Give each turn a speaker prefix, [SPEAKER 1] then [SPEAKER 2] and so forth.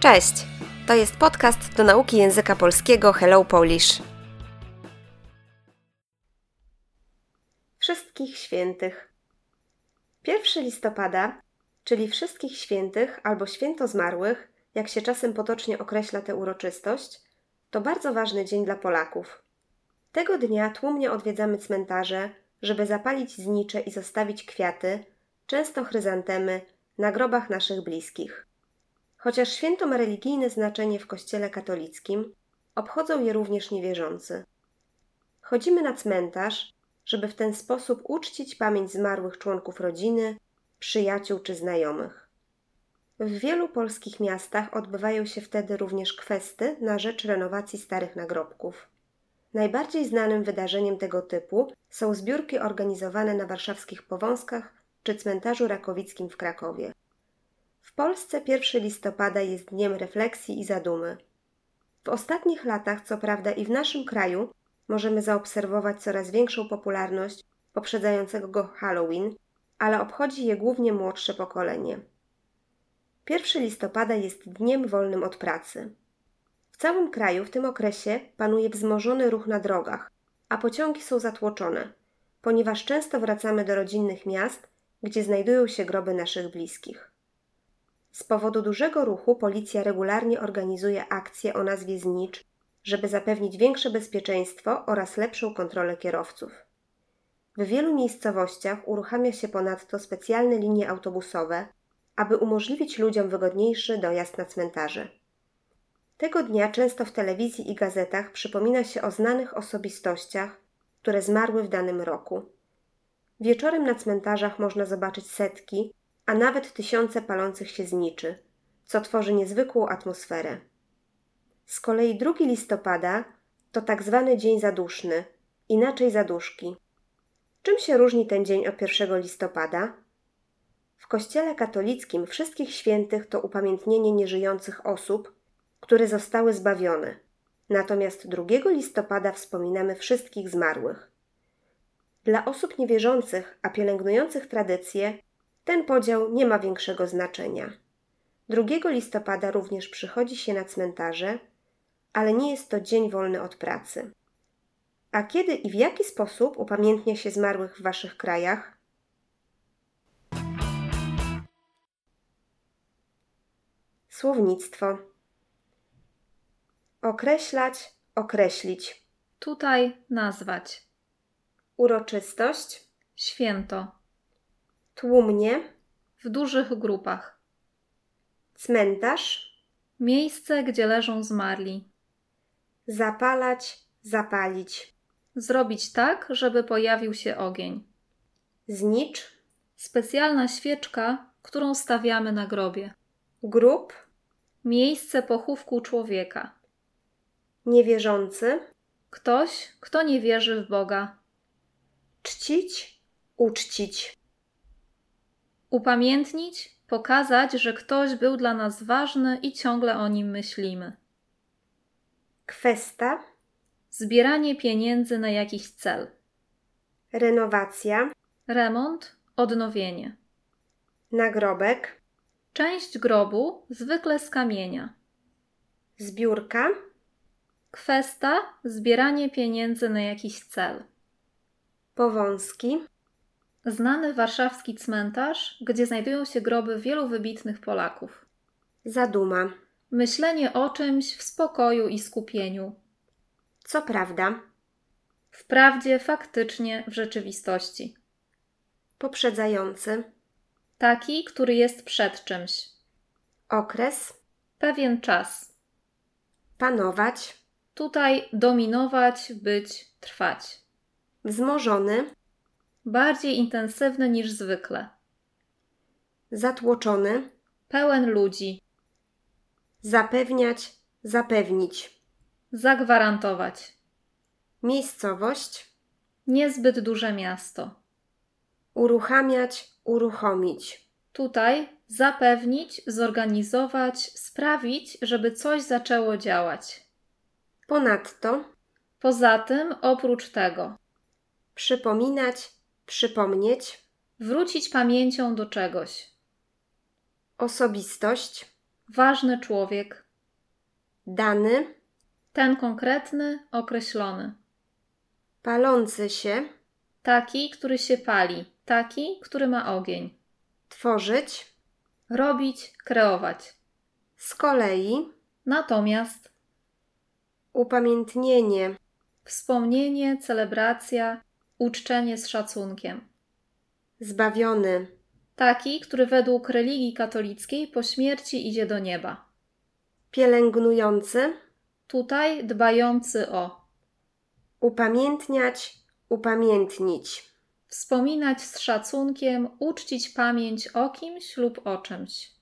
[SPEAKER 1] Cześć! To jest podcast do nauki języka polskiego Hello Polish. Wszystkich świętych. 1 listopada, czyli Wszystkich Świętych albo Święto Zmarłych, jak się czasem potocznie określa tę uroczystość, to bardzo ważny dzień dla Polaków. Tego dnia tłumnie odwiedzamy cmentarze, żeby zapalić znicze i zostawić kwiaty, często chryzantemy, na grobach naszych bliskich. Chociaż święto ma religijne znaczenie w Kościele katolickim, obchodzą je również niewierzący. Chodzimy na cmentarz, żeby w ten sposób uczcić pamięć zmarłych członków rodziny, przyjaciół czy znajomych. W wielu polskich miastach odbywają się wtedy również kwesty na rzecz renowacji starych nagrobków. Najbardziej znanym wydarzeniem tego typu są zbiórki organizowane na warszawskich Powązkach czy cmentarzu rakowickim w Krakowie. W Polsce 1 listopada jest dniem refleksji i zadumy. W ostatnich latach, co prawda i w naszym kraju, możemy zaobserwować coraz większą popularność poprzedzającego go Halloween, ale obchodzi je głównie młodsze pokolenie. 1 listopada jest dniem wolnym od pracy. W całym kraju w tym okresie panuje wzmożony ruch na drogach, a pociągi są zatłoczone, ponieważ często wracamy do rodzinnych miast, gdzie znajdują się groby naszych bliskich. Z powodu dużego ruchu policja regularnie organizuje akcje o nazwie Znicz, żeby zapewnić większe bezpieczeństwo oraz lepszą kontrolę kierowców. W wielu miejscowościach uruchamia się ponadto specjalne linie autobusowe, aby umożliwić ludziom wygodniejszy dojazd na cmentarze. Tego dnia często w telewizji i gazetach przypomina się o znanych osobistościach, które zmarły w danym roku. Wieczorem na cmentarzach można zobaczyć setki, a nawet tysiące palących się zniczy, co tworzy niezwykłą atmosferę. Z kolei 2 listopada to tak zwany dzień zaduszny, inaczej zaduszki. Czym się różni ten dzień od 1 listopada? W Kościele katolickim wszystkich świętych to upamiętnienie nieżyjących osób, które zostały zbawione. Natomiast 2 listopada wspominamy wszystkich zmarłych. Dla osób niewierzących, a pielęgnujących tradycje, ten podział nie ma większego znaczenia. 2 listopada również przychodzi się na cmentarze, ale nie jest to dzień wolny od pracy. A kiedy i w jaki sposób upamiętnia się zmarłych w Waszych krajach? Słownictwo. Określać, określić.
[SPEAKER 2] Tutaj nazwać.
[SPEAKER 1] Uroczystość,
[SPEAKER 2] Święto.
[SPEAKER 1] tłumnie,
[SPEAKER 2] W dużych grupach.
[SPEAKER 1] cmentarz,
[SPEAKER 2] Miejsce, gdzie leżą zmarli.
[SPEAKER 1] Zapalać, zapalić.
[SPEAKER 2] Zrobić tak, żeby pojawił się ogień.
[SPEAKER 1] Znicz,
[SPEAKER 2] Specjalna świeczka, którą stawiamy na grobie.
[SPEAKER 1] grób,
[SPEAKER 2] Miejsce pochówku człowieka.
[SPEAKER 1] niewierzący,
[SPEAKER 2] Ktoś, kto nie wierzy w Boga.
[SPEAKER 1] czcić, uczcić.
[SPEAKER 2] Upamiętnić, pokazać, że ktoś był dla nas ważny i ciągle o nim myślimy.
[SPEAKER 1] Kwesta,
[SPEAKER 2] Zbieranie pieniędzy na jakiś cel.
[SPEAKER 1] renowacja,
[SPEAKER 2] Remont, odnowienie.
[SPEAKER 1] nagrobek,
[SPEAKER 2] Część grobu, zwykle z kamienia.
[SPEAKER 1] zbiórka,
[SPEAKER 2] Kwesta zbieranie pieniędzy na jakiś cel.
[SPEAKER 1] powązki,
[SPEAKER 2] Znany warszawski cmentarz, gdzie znajdują się groby wielu wybitnych Polaków.
[SPEAKER 1] zaduma.
[SPEAKER 2] Myślenie o czymś w spokoju i skupieniu.
[SPEAKER 1] Co prawda,
[SPEAKER 2] Wprawdzie, faktycznie, w rzeczywistości.
[SPEAKER 1] poprzedzający,
[SPEAKER 2] Taki, który jest przed czymś.
[SPEAKER 1] okres,
[SPEAKER 2] Pewien czas.
[SPEAKER 1] panować,
[SPEAKER 2] Tutaj dominować, być, trwać.
[SPEAKER 1] wzmożony,
[SPEAKER 2] Bardziej intensywny niż zwykle.
[SPEAKER 1] zatłoczony,
[SPEAKER 2] Pełen ludzi.
[SPEAKER 1] zapewniać, zapewnić.
[SPEAKER 2] Zagwarantować.
[SPEAKER 1] Miejscowość,
[SPEAKER 2] Niezbyt duże miasto.
[SPEAKER 1] uruchamiać, uruchomić.
[SPEAKER 2] Tutaj zapewnić, zorganizować, sprawić, żeby coś zaczęło działać.
[SPEAKER 1] Ponadto,
[SPEAKER 2] Poza tym, oprócz tego,
[SPEAKER 1] przypominać, przypomnieć,
[SPEAKER 2] wrócić pamięcią do czegoś.
[SPEAKER 1] osobistość,
[SPEAKER 2] ważny człowiek,
[SPEAKER 1] dany,
[SPEAKER 2] ten konkretny, określony,
[SPEAKER 1] palący się,
[SPEAKER 2] taki, który się pali, taki, który ma ogień,
[SPEAKER 1] tworzyć,
[SPEAKER 2] robić, kreować.
[SPEAKER 1] z kolei,
[SPEAKER 2] Natomiast
[SPEAKER 1] upamiętnienie,
[SPEAKER 2] wspomnienie, celebracja, uczczenie z szacunkiem.
[SPEAKER 1] zbawiony,
[SPEAKER 2] Taki, który według religii katolickiej po śmierci idzie do nieba.
[SPEAKER 1] pielęgnujący,
[SPEAKER 2] Tutaj dbający o
[SPEAKER 1] upamiętniać, upamiętnić,
[SPEAKER 2] Wspominać z szacunkiem, uczcić pamięć o kimś lub o czymś.